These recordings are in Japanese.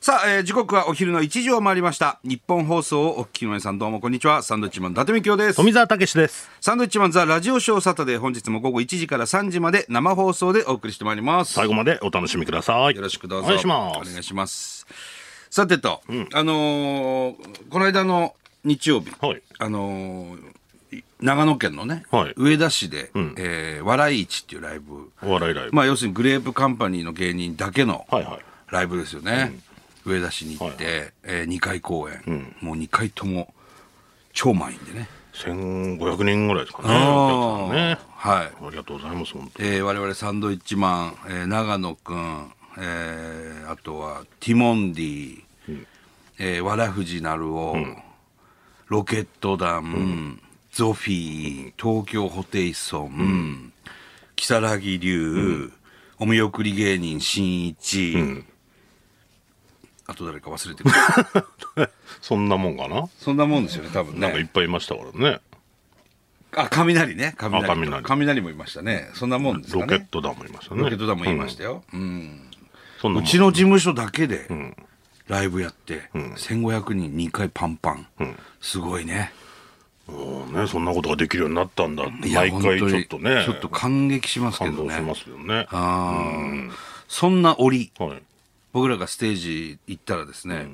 さあ、えー時刻はお昼の1時を回りました。日本放送をお聞きの皆さんどうもこんにちは。サンドウィッチマン伊達美京です。富澤たけしです。サンドウィッチマンザラジオショーサタデー本日も午後1時から3時まで生放送でお送りしてまいります。最後までお楽しみください。よろしくどうぞ。お願いしまおす。願いしますさてと、あのーこの間の日曜日、はいあのーい長野県のね、はい上田市で、えー笑い市っていうライブ、お笑いライブ。まあ要するにグレープカンパニーの芸人だけのはいはいライブですよね。上田市に行って、え2回公演、もう2回とも超満員でね。 1500人ぐらいですかね。あーお客さんね。はい。ありがとうございます、本当えー我々サンドイッチマン、えー長野くん、えーあとはティモンディ、えー、わらふじなるお、ロケット団、ゾフィー、東京ホテイソン、如月龍、お見送り芸人しんいち、あと誰か忘 れてくるそんなもんかな。そんなもんですよね多分なんかいっねぱいいましたからね。あ雷ね雷とあ雷雷もいましたねそんなもんですかねロケット団もいましたね。ロケット団も言いましたよ、うんうん。そんなうもんちの事務所だけでライブやって、1500人2回パンパン、すごいねうんね、そんなことができるようになったんだっていや毎回本ち当ょっにとね。ちょっと感激しますけ感ど動しまねすよね。はあーそんな折い。僕らがステージ行ったらですね、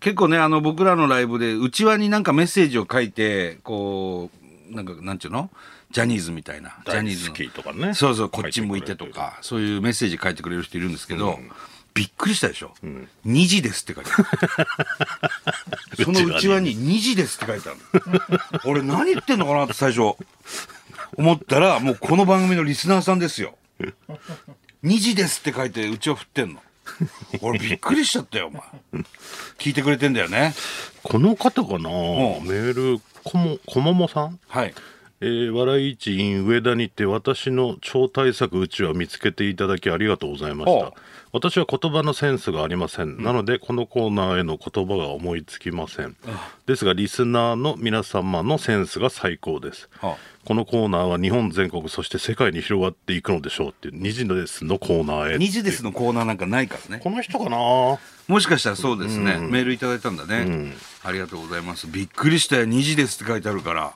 結構ねあの僕らのライブでうちわになんかメッセージを書いてこうなんかなんちゅうのジャニーズみたいなジャ大ニーズ好のきとかね。そうそう、こっち向いてとか、そういうメッセージ書いてくれる人いるんですけど、びっくりしたでしょ、2時ですって書いてあ る。そのうちわに2時ですって書いてある。 俺何言ってんのかなって最初思ったら、もうこの番組のリスナーさんですよ。2時ですって書いてうちわ振ってんの。俺びっくりしちゃったよ、お前。聞いてくれてんだよね。この方かな、んメール、こも、こももさんはい。えー、笑い市 in 上田にて私の超大作うちは見つけていただきありがとうございましおうた私は言葉のセンスがありません、なのでこのコーナーへの言葉が思いつきませんですがリスナーの皆様のセンスが最高ですあこのコーナーは日本全国そして世界に広がっていくのでしょうっていう「虹のです」のコーナー2へ時ですのコーナーなんかないからね。この人かなもしかしたらそうですね、メールいただいたんだね、ありがとうございますびっくりしたよ2時ですって書いてあるから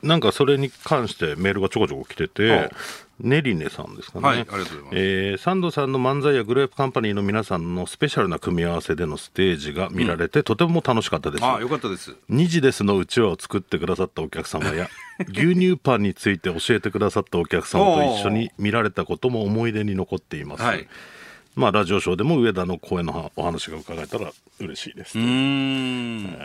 なんかそれに関してメールがちょこちょこ来ててあ、ねりねさんですかね。はいありがとうございますえーサンドさんの漫才やグレープカンパニーの皆さんのスペシャルな組み合わせでのステージが見られて、とても楽しかったです。ああよかったです2時ですのうちわを作ってくださったお客様 や牛乳パンについて教えてくださったお客様と一緒に見られたことも思い出に残っています、はいまあラジオショーでも上田の公演のお話が伺えたら嬉しいですう、ーん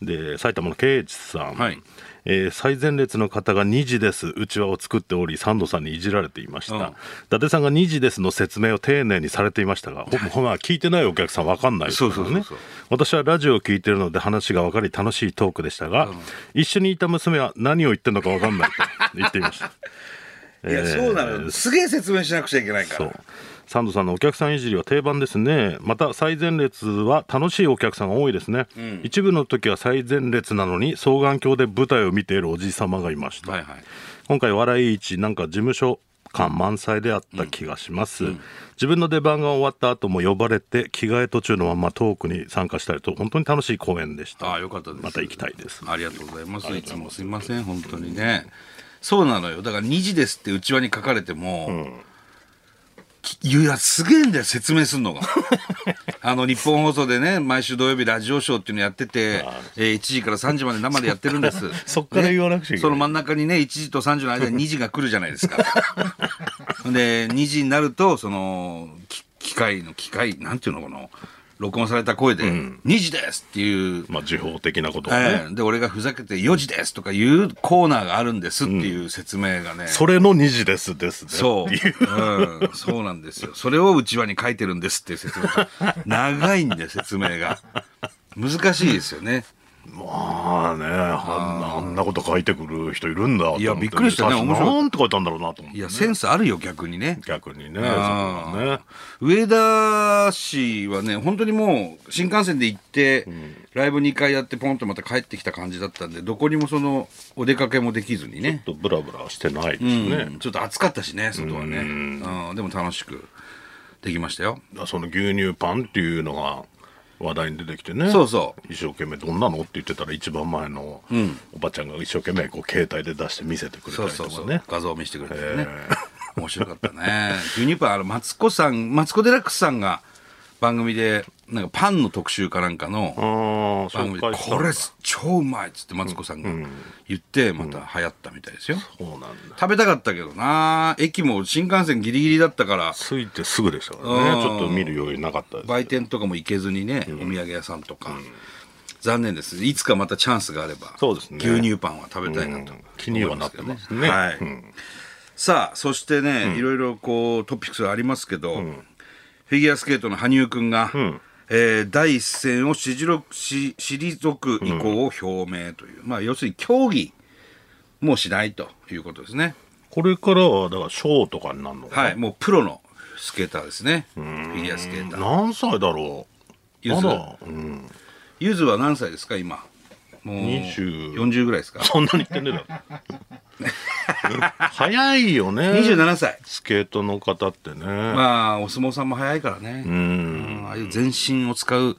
で埼玉の刑事さん、はいえー最前列の方が2時ですうちわを作っておりサンドさんにいじられていました、うん伊達さんが2時ですの説明を丁寧にされていましたがほほら聞いてないお客さんわかんないですからねそうそうそうそう私はラジオを聞いてるので話が分かり楽しいトークでしたが、一緒にいた娘は何を言ってるのか分かんないと言っていましたいやそうなのよすげえ説明しなくちゃいけないからそうサンドさんのお客さんいじりは定番ですねまた最前列は楽しいお客さんが多いですね、一部の時は最前列なのに双眼鏡で舞台を見ているおじ様がいました、はいはい今回笑い市なんか事務所感満載であった気がします、自分の出番が終わった後も呼ばれて着替え途中のままトークに参加したりと本当に楽しい公演でしたああよかったですまた行きたいですありがとうございますいつもすいません本当にねそうなのよだから2時ですってうちわに書かれても、きいやすげえんだよ説明すんのが あの日本放送でね毎週土曜日ラジオショーっていうのやってて、えー1時から3時まで生でやってるんです そっからね言わなくちゃいけないその真ん中にね1時と3時の間に2時が来るじゃないですか で2時になるとそのき機械の機械なんていうのかな録音された声で「2時です!」っていうまあ時報的なことをね、ええで俺がふざけて「4時です」とかいうコーナーがあるんですっていう説明がね、それの2時ですですね そう、うん、そうなんですよそれをうちわに書いてるんですっていう説明が長いんで説明が難しいですよねまあねあんなあんなこと書いてくる人いるんだと思ていやびっくりしたね最初面白いなんて書いたんだろうなと思っいてやセンスあるよ逆にね逆にねあそこはね上田市はね本当にもう新幹線で行って、ライブ2回やってポンとまた帰ってきた感じだったんでどこにもそのお出かけもできずにねちょっとブラブラしてないですうね、んちょっと暑かったしね外はね、うんでも楽しくできましたよその牛乳パンっていうのが話題に出てきてねそうそう一生懸命どんなのって言ってたら一番前のおばちゃんが一生懸命こう携帯で出して見せてくれたそうりとそうそかう、ね画像を見せてくれてねえ面白かったね牛乳パンあのマツコさんマツコ・デラックスさんが番組でなんかパンの特集かなんかの、ああ番組紹で介したこんれだ超うまいっつってマツコさんが言ってまた流行ったみたいですよ、そうなんだ食べたかったけどな駅も新幹線ギリギリだったから着いてすぐでしたからねちょっと見る余裕なかったです売店とかも行けずにね、お土産屋さんとか、残念ですいつかまたチャンスがあればそうですね牛乳パンは食べたいなと、うん気にはなってますねはいうんさあそしてね、いろいろこうトピックスありますけど、フィギュアスケートの羽生くんが、えー第一線を退くし退く意向を表明という、まあ要するに競技もうしないということですねこれからはだからショーとかになるのかなはいもうプロのスケーターですねフィギュアスケーター何歳だろうゆまずだ、うん、ゆずは何歳ですか今もう20 40ぐらいですかそんなに言ってんねえだろ 早いよね27歳スケートの方ってね、まあお相撲さんも早いからねうんうんああいう全身を使う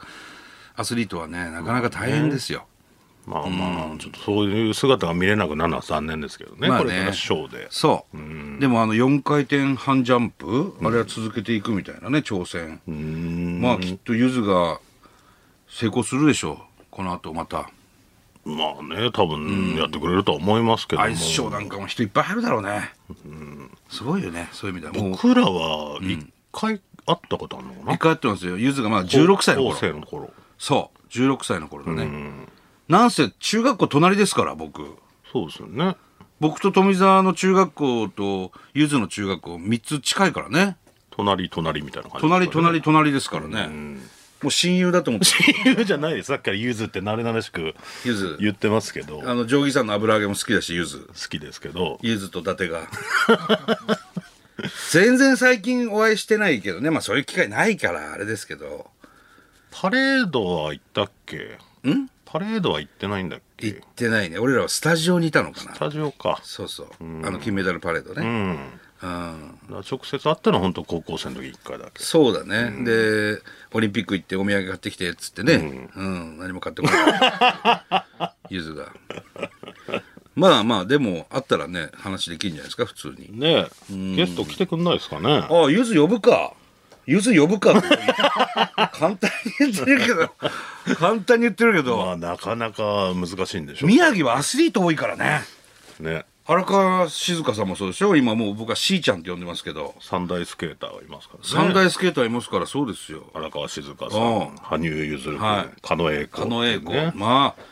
アスリートはねなかなか大変ですよ、まあまあちょっとそういう姿が見れなくなるのは残念ですけどね,、まあねこれからショーでそう、でもあの4回転半ジャンプ、あれは続けていくみたいなね挑戦、うんまあきっとゆずが成功するでしょうこの後またまあね多分やってくれるとは思いますけどアもイスショーなんかも人いっぱい入るだろうね、すごいよねそういう意味ではもう僕らは一回会ったことあるのかな、一回やってますよゆずがまだ16歳の高校頃生の頃そう16歳の頃だね、なんせ中学校隣ですから僕そうですよね僕と富澤の中学校とゆずの中学校3つ近いからね隣隣みたいな感じ、隣隣隣ですからね、もう親友だと思って隣じゃないですさっきからゆずって慣れ慣れしくゆず言ってますけど好あの定規さんの油揚げも好きだしゆずきですけどゆずと伊達 が全然最近お会いしてないけどねまあそういう機会ないからあれですけどパレードは行ったっけんパレードは行ってないんだっ行っけてないね俺らはスタジオにいたのかなスタジオかそうそうあの金メダルパレードうねんうんだから直接会ったのは本当高校生の時一回だけそうだねでオリンピック行ってお土産買ってきてっつってねうん何も買ってこない ゆずがまあまあでもあったらね話できるんじゃないですか普通にねえゲスト来てくんないですかねああ、ゆず呼ぶか。ゆず呼ぶかって。 簡単に言ってるけど。簡単に言ってるけど。まあなかなか難しいんでしょう宮城はアスリート多いからね。ね荒川静香さんもそうでしょ今もう僕はしーちゃんって呼んでますけど。三大スケーターがいますからね三大スケーターいますからそうですよ。荒川静香さうんん羽生結弦君はい狩野英孝狩野英孝。ねまあ、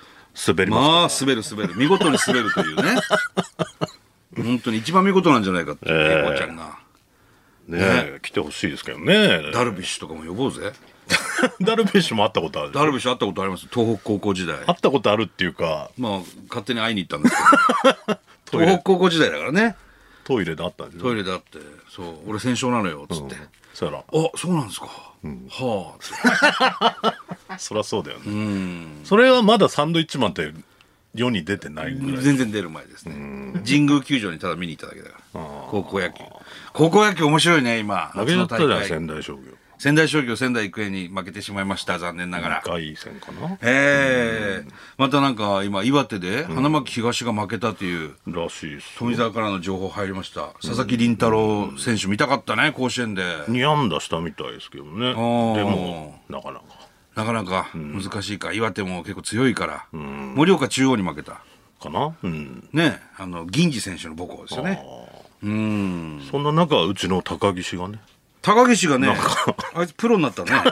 滑りますかまあ、滑らる滑る。見事に滑るというね。本当に一番見事なんじゃないかって、ええ英孝ちゃんが。ねえ来てほしいですけどねダルビッシュとかも呼ぼうぜ。ダルビッシュも会ったことあるでしょダルビッシュ会ったことあります東北高校時代。会ったことあるっていうかまあ、勝手に会いに行ったんですけ トど。イレ東北高校時代だからね。トイレで会ったんでしょトイレだって、そう、俺戦勝なのよ、つって。そしたらあ、そうなんですか。はあつって、そりゃそうだよねそれはまだサンドイッチマンって世に出てないぐらい全然出る前ですね。神宮球場にただ見に行っただけだから。高校野球。高校野球面白いね、今。負けちゃったじゃ夏んの大会仙台商業仙台商業、仙台育英に負けてしまいました、残念ながら。外戦かなええまたなんか今、岩手で花巻東が負けたという、らしいっす富澤からの情報入りました。佐々木麟太郎選手見たかったね、甲子園で。 2安打したみたいですけどねでーもなかなかなかなか難しいか。岩手も結構強いから。盛岡中央に負けた。かなうんね、あの銀次選手の母校ですよね。うん。そんな中うちの高岸がね高岸がね、あいつプロになったね。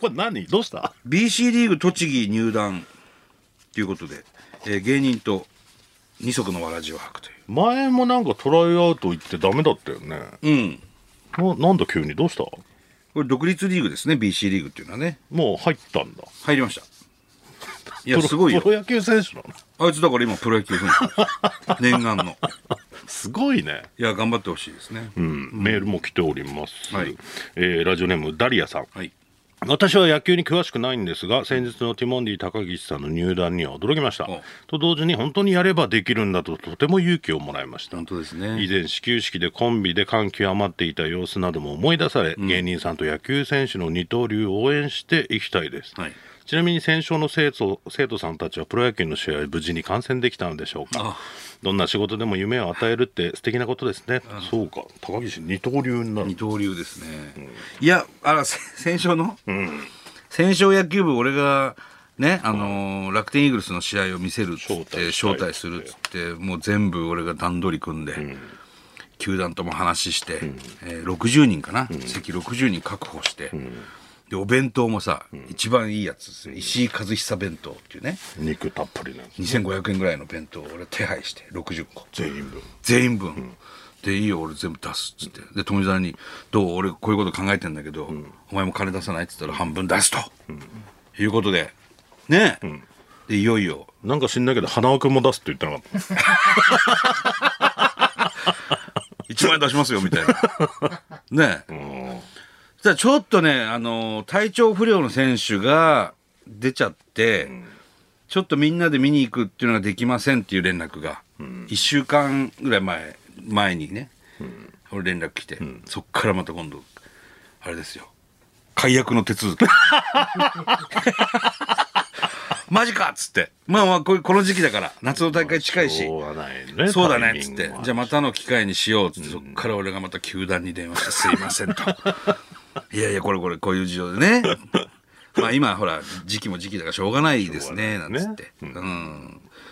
これ何どうした BC リーグ栃木入団ということで、えー芸人と二足のわらじを履くとい前もなんかトライアウト行ってダメだったよねう。うん。ななんだ急にどうしたこれ独立リーグですね、BC リーグっていうのはね。もう入ったんだ入りました。いいや、すごいよプ。ロ野球選手なのあいつだから今プロ野球選手。念願の。すごいねいや、頑張ってほしいですね。うん、メールも来ております、はいえーラジオネームダリアさんはい。私は野球に詳しくないんですが先日のティモンディ高岸さんの入団には驚きましたうんと同時に本当にやればできるんだととても勇気をもらいました本当ですね以前始球式でコンビで感極まっていた様子なども思い出され、芸人さんと野球選手の二刀流を応援していきたいです、はいちなみに先週の生徒生徒さんたちはプロ野球の試合無事に観戦できたのでしょうかあどんな仕事でも夢を与えるって素敵なことですねそうか高岸二刀流になる二刀流ですね、いやあらせ 戦勝の、戦勝野球部俺がねあのー楽天イーグルスの試合を見せるっつっ招待てしたい招待するっつってもう全部俺が段取り組んで、球団とも話して、えー60人かな、席60人確保して、でお弁当もさ、一番いいやつですよ石井和久弁当っていうね肉たっぷりなんです2500円ぐらいの弁当を俺手配して60個全員分全員分、でいいよ俺全部出すっつってで富澤に「どう俺こういうこと考えてんだけど、お前も金出さない?」っつったら半分出すと、いうことでねえ、でいよいよなんか知んないけど花輪君も出すって言ってなかった1万円出しますよみたいなねえじゃちょっとねあの体調不良の選手が出ちゃって、ちょっとみんなで見に行くっていうのができませんっていう連絡が、1週間ぐらい前前にね、俺連絡来て、そっからまた今度あれですよ解約の手続きマジかっつってまあまあここの時期だから夏の大会近いししょうがないねそうだタイねっミつっングてはじゃあまたの機会にしようっつって、そっから俺がまた球団に電話して「すいません」と 「いやいやこれこれこういう事情でね まあ今ほら時期も時期だからしょうがないですね」しょなうんがなついねって、うん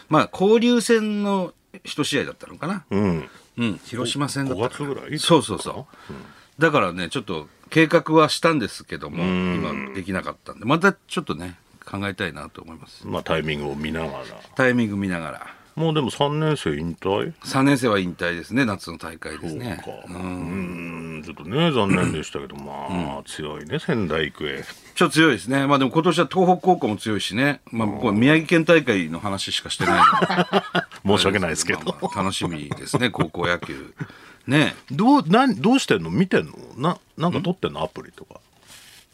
まあ交流戦の一試合だったのかな、うんうん、広島戦だ5った月ぐらいそうそうそう、だからねちょっと計画はしたんですけども今できなかったんでまたちょっとね考えたいなと思いますまあタイミングを見ながらタイミング見ながらもうでも3年生引退3年生は引退ですね夏の大会ですねそうか、うん、ちょっとね残念でしたけどまあ、強いね仙台育英ちょっと強いですね。まあでも今年は東北高校も強いしね。まあ僕は宮城県大会の話しかしてないので。 申し訳ないですけまどあまあ楽しみですね、高校野球。ねえどうなんどうしてんの見てんのななんか撮ってんのアプリとか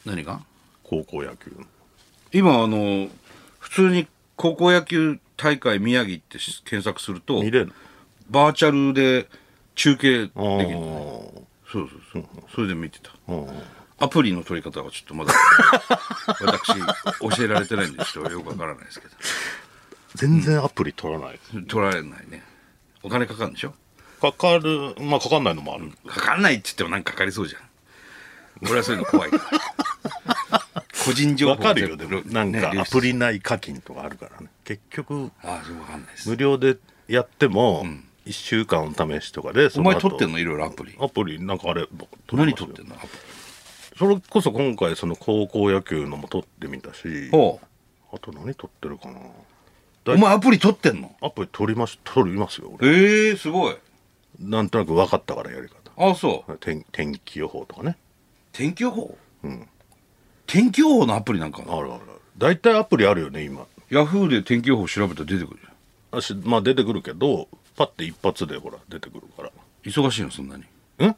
何が高校野球の今あの、普通に高校野球大会宮城ってし検索すると見、れるバーチャルで中継できるああの。そうそうそう。それで見てた。うんアプリの取り方はちょっとま だ、私、教えられてないんで、ちょっとよくわからないですけ全然アプリ取らないど。取られないね。お金かかるんでしょかかるまあかかんないのもあるかかんないって言ってもなんかかかりそうじゃん俺はそういうの 怖いから個人情報わかるよで全も部なんねか流ア出プリ内課金とかあるからね結局ああそうわかんないです無料でやっても1週間お試しとかでおお前撮ってんののいろいろアプリアプリなんかあれ何撮ってんのアプそれこそ今回その高校野球のも撮ってみたしリおうあと何撮ってるかなお前アプリ撮ってんのアプリ撮ります撮りますよ俺ええすごいなんとなく分かったからやり方ああそう天天気予報とかね天気予報天気予報のアプリなんかなあるある大体アプリあるよね今ヤフーで天気予報調べたら出てくるあしまあ出てくるけどパッて一発でほら出てくるかじゃん忙しいのそんなにらん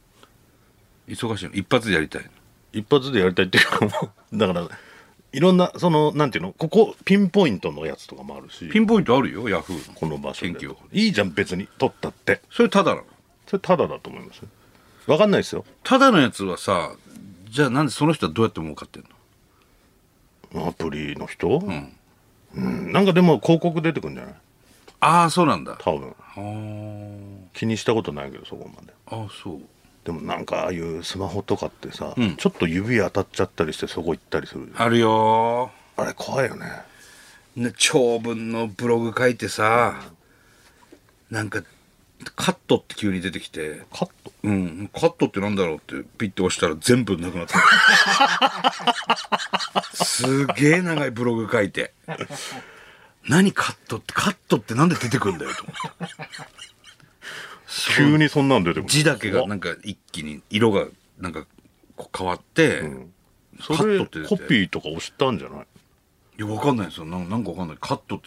忙しいの一発でやりたいの一発でやりたいっていうかもうだからいろんなそのなんていうのここピンポイントのやつとかもあるしピンポイントあるよヤフーこの場所で天気予報いいじゃん別に撮ったってそれただなのそれただだと思いますよ分かんないですよただのやつはさじゃあなんでその人はどうやって儲かってんのアプリの人うん、なんかでも広告出てくるんじゃないああそうなんだ多分あー気にしたことないけどそこまであそうでもなんかああいうスマホとかってさ、んちょっと指当たっちゃったりしてそこ行ったりするじゃんあるよあれ怖いよねーね長文のブログ書いてさなんかカットって急に出てきてカットうんカットってなんだろうってピッて押したら全部なくなったすげえ長いブログ書いて何カットってカットってなんで出てくるんだよと思って急にそんなん出てくる字だけがあなんか一気に色がなんかこう変わって、カそッれトコってピ出てーとか押したんじゃないいや、わかんないですよ。なんなんかわかんない。カットって。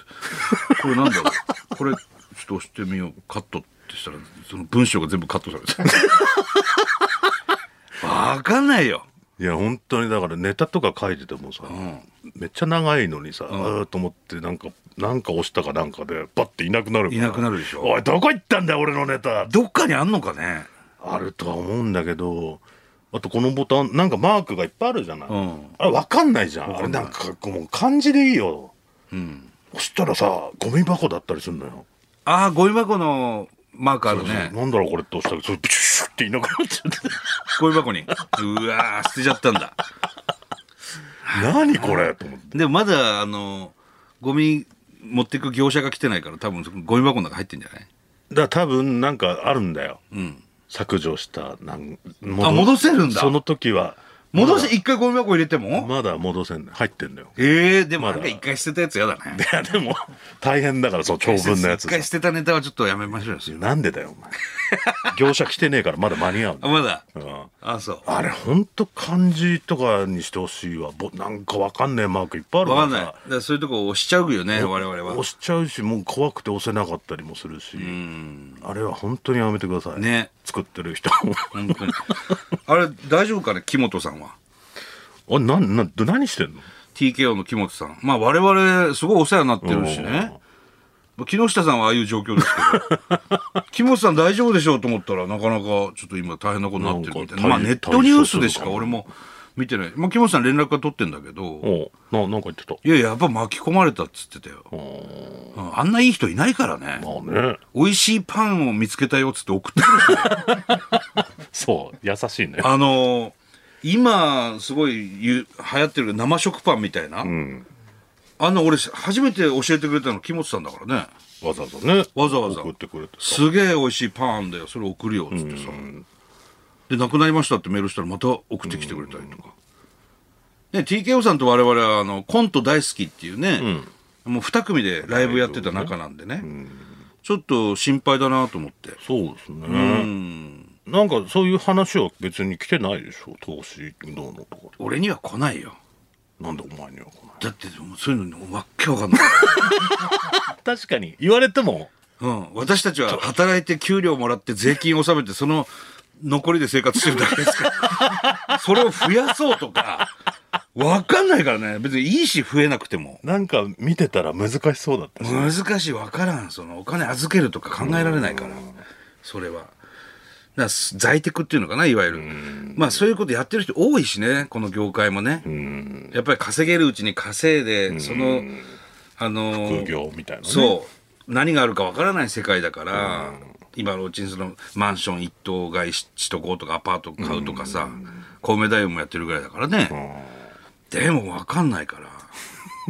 これなんだろ う。これ、ちょっと押してみよう。カットってしたら、その文章が全部カットされてる。わかんないよ。いや本当にだからネタとか書いててもさ、めっちゃ長いのにさ、あーと思ってなんかなんか押したかなんかでパッていなくなるからいなくなるでしょおいどこ行ったんだよ俺のネタどっかにあんのかねあるとは思うんだけどあとこのボタンなんかマークがいっぱいあるじゃない、んあれ分かんないじゃんあれなんかもう漢字でいいようんそしたらさゴミ箱だったりするのよ、ああゴミ箱のマークあるねなんだろうこれって押したらそれプシュッシュッっていなくなっち ゃってゴミ箱にうわー捨てちゃったんだ何これと思ってでもまだあのゴミ持ってく業者が来てないから多分そのゴミ箱の中入ってんじゃないだから多分なんかあるんだようん削除したなんあ戻せるんだその時は戻して一回ゴミ箱入れてもまだ戻せんの入ってんだよ ええでもまなだんか一回捨てたやつやだねいやでも大変だからその長文のやつ一回捨てたネタはちょっとやめましょうよなんでだよお前業者来てねえからまだ間に合うんだあまだうんあそうあれほんと漢字とかにしてほしいわぼなんかわかんねえマークいっぱいあるわかんらないださからそういうとこ押しちゃうよね我々は押しちゃうしもう怖くて押せなかったりもするしあれは本当にやめてくださいね作ってる人 本当にあれ大丈夫かね木本さんはあなんなん何してんの TKO の木本さんまあ我々すごいお世話になってるしうんうんね木下さんはああいう状況ですけど 木本さん大丈夫でしょうと思ったらなかなかちょっと今大変なことになってるみたいななんかまあネットニュースでしか対処するかな俺も見てない、まあ、木本さん連絡は取ってんだけどおうななんか言ってたいやいややっぱ巻き込まれたっつってたよ、うんあんないい人いないからね、まあね美味しいパンを見つけたよっつって送 ってくるそう優しいねあのー今すごいゆ流行ってる生食パンみたいな、あの俺初めて教えてくれたの木本さんだからねわざわざねわざわざ送ってくれてさすげえ美味しいパンだよそれ送るよっつってさ、でなくなりましたってメールしたらまた送ってきてくれたりとか、ね TKO さんと我々はあのコント大好きっていうね、もう2組でライブやってた仲なんでね、ちょっと心配だなと思ってそうですねなんかそういう話は別に来てないでしょ投資どうのとか俺には来ないよなんでお前には来ないだってもうそういうのにわっけわかんない確かに言われてもうん、私たちは働いて給料もらって税金を納めてその残りで生活してるだけですから それを増やそうとか分かんないからね別にいいし増えなくてもなんか見てたら難しそうだったし難しい分からんそのお金預けるとか考えられないからそれはだからす在宅っていうのかないわゆるまあそういうことやってる人多いしねこの業界もねやっぱり稼げるうちに稼いでそのあの副業みたいなねそう何があるかわからない世界だから、今のうちにそのマンション一棟買いししとこうとかアパート買うとかさ小梅太夫もやってるぐらいだからね、でもわかんないから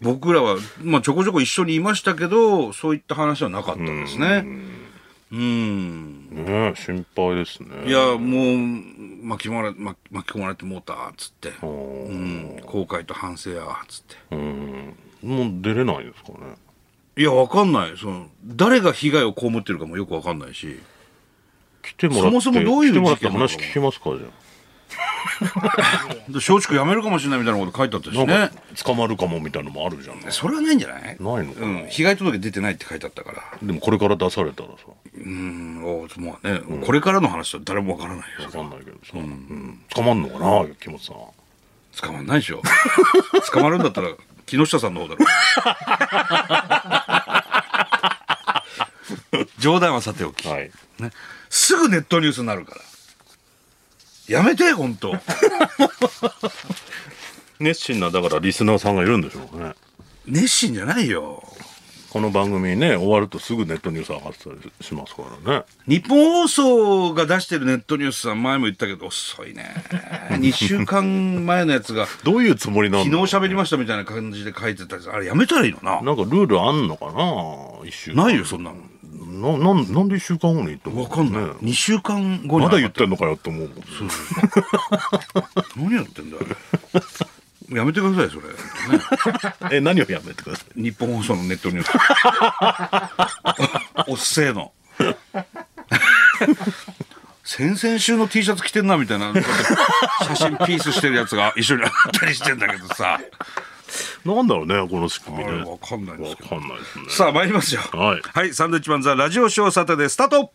僕らは、まあ、ちょこちょこ一緒にいましたけどそういった話はなかったですねうんねえ心配ですねいやもう巻き込まれ巻き巻き込まれてもうたっつって、ううん、後悔と反省やっつってうんもう出れないですかねいや、わかんない。その、誰が被害を被ってるかもよくわかんないし。来てもらってそもそもどういう来てもらって事件なのか話聞きますかじゃで松竹辞めるかもしれないみたいなこと書いてあったあしなんねか。捕まるかもみたいのもあるじゃんそれはないんじゃないないのかなうん。被害届出てないって書いてあったから。でもこれから出されたらさうん、おまあね、これからの話は誰もわからないよ。分かんないけどさ、うん捕まんのかな木本さん捕まんないでしょ。 捕まるんだったら、木下さんの方だろ。 冗談はさておき。はいね、すぐネットニュースになるから。やめて、本当。熱心なだからリスナーさんがいるんでしょうね熱心じゃないよ。この番組ね終わるとすぐネットニュース上がってたりしますからね日本放送が出してるネットニュースは前も言ったけど遅いね 2週間前のやつがどういうつもりなん昨だ日ろう喋りましたみたいな感じで書いてたやつあれやめたらいいのななんかルールあんのかな一週間ないよそんなのななんなんで1週間後にって分かんない、ね2週間後にまだ言ってんのかよって思 うもん何やってんだよやめてくださいそれ、ねえ何をやめてください日本放送のネットニュース おっせえの先々週の T シャツ着てんなみたいな写真ピースしてるやつが一緒にあったりしてんだけどさなんだろうねこの仕組みあれねわかんないですわけかんないですねどさあ参りますよはいはい、サンドウィッチマンザラジオショーサタデースタート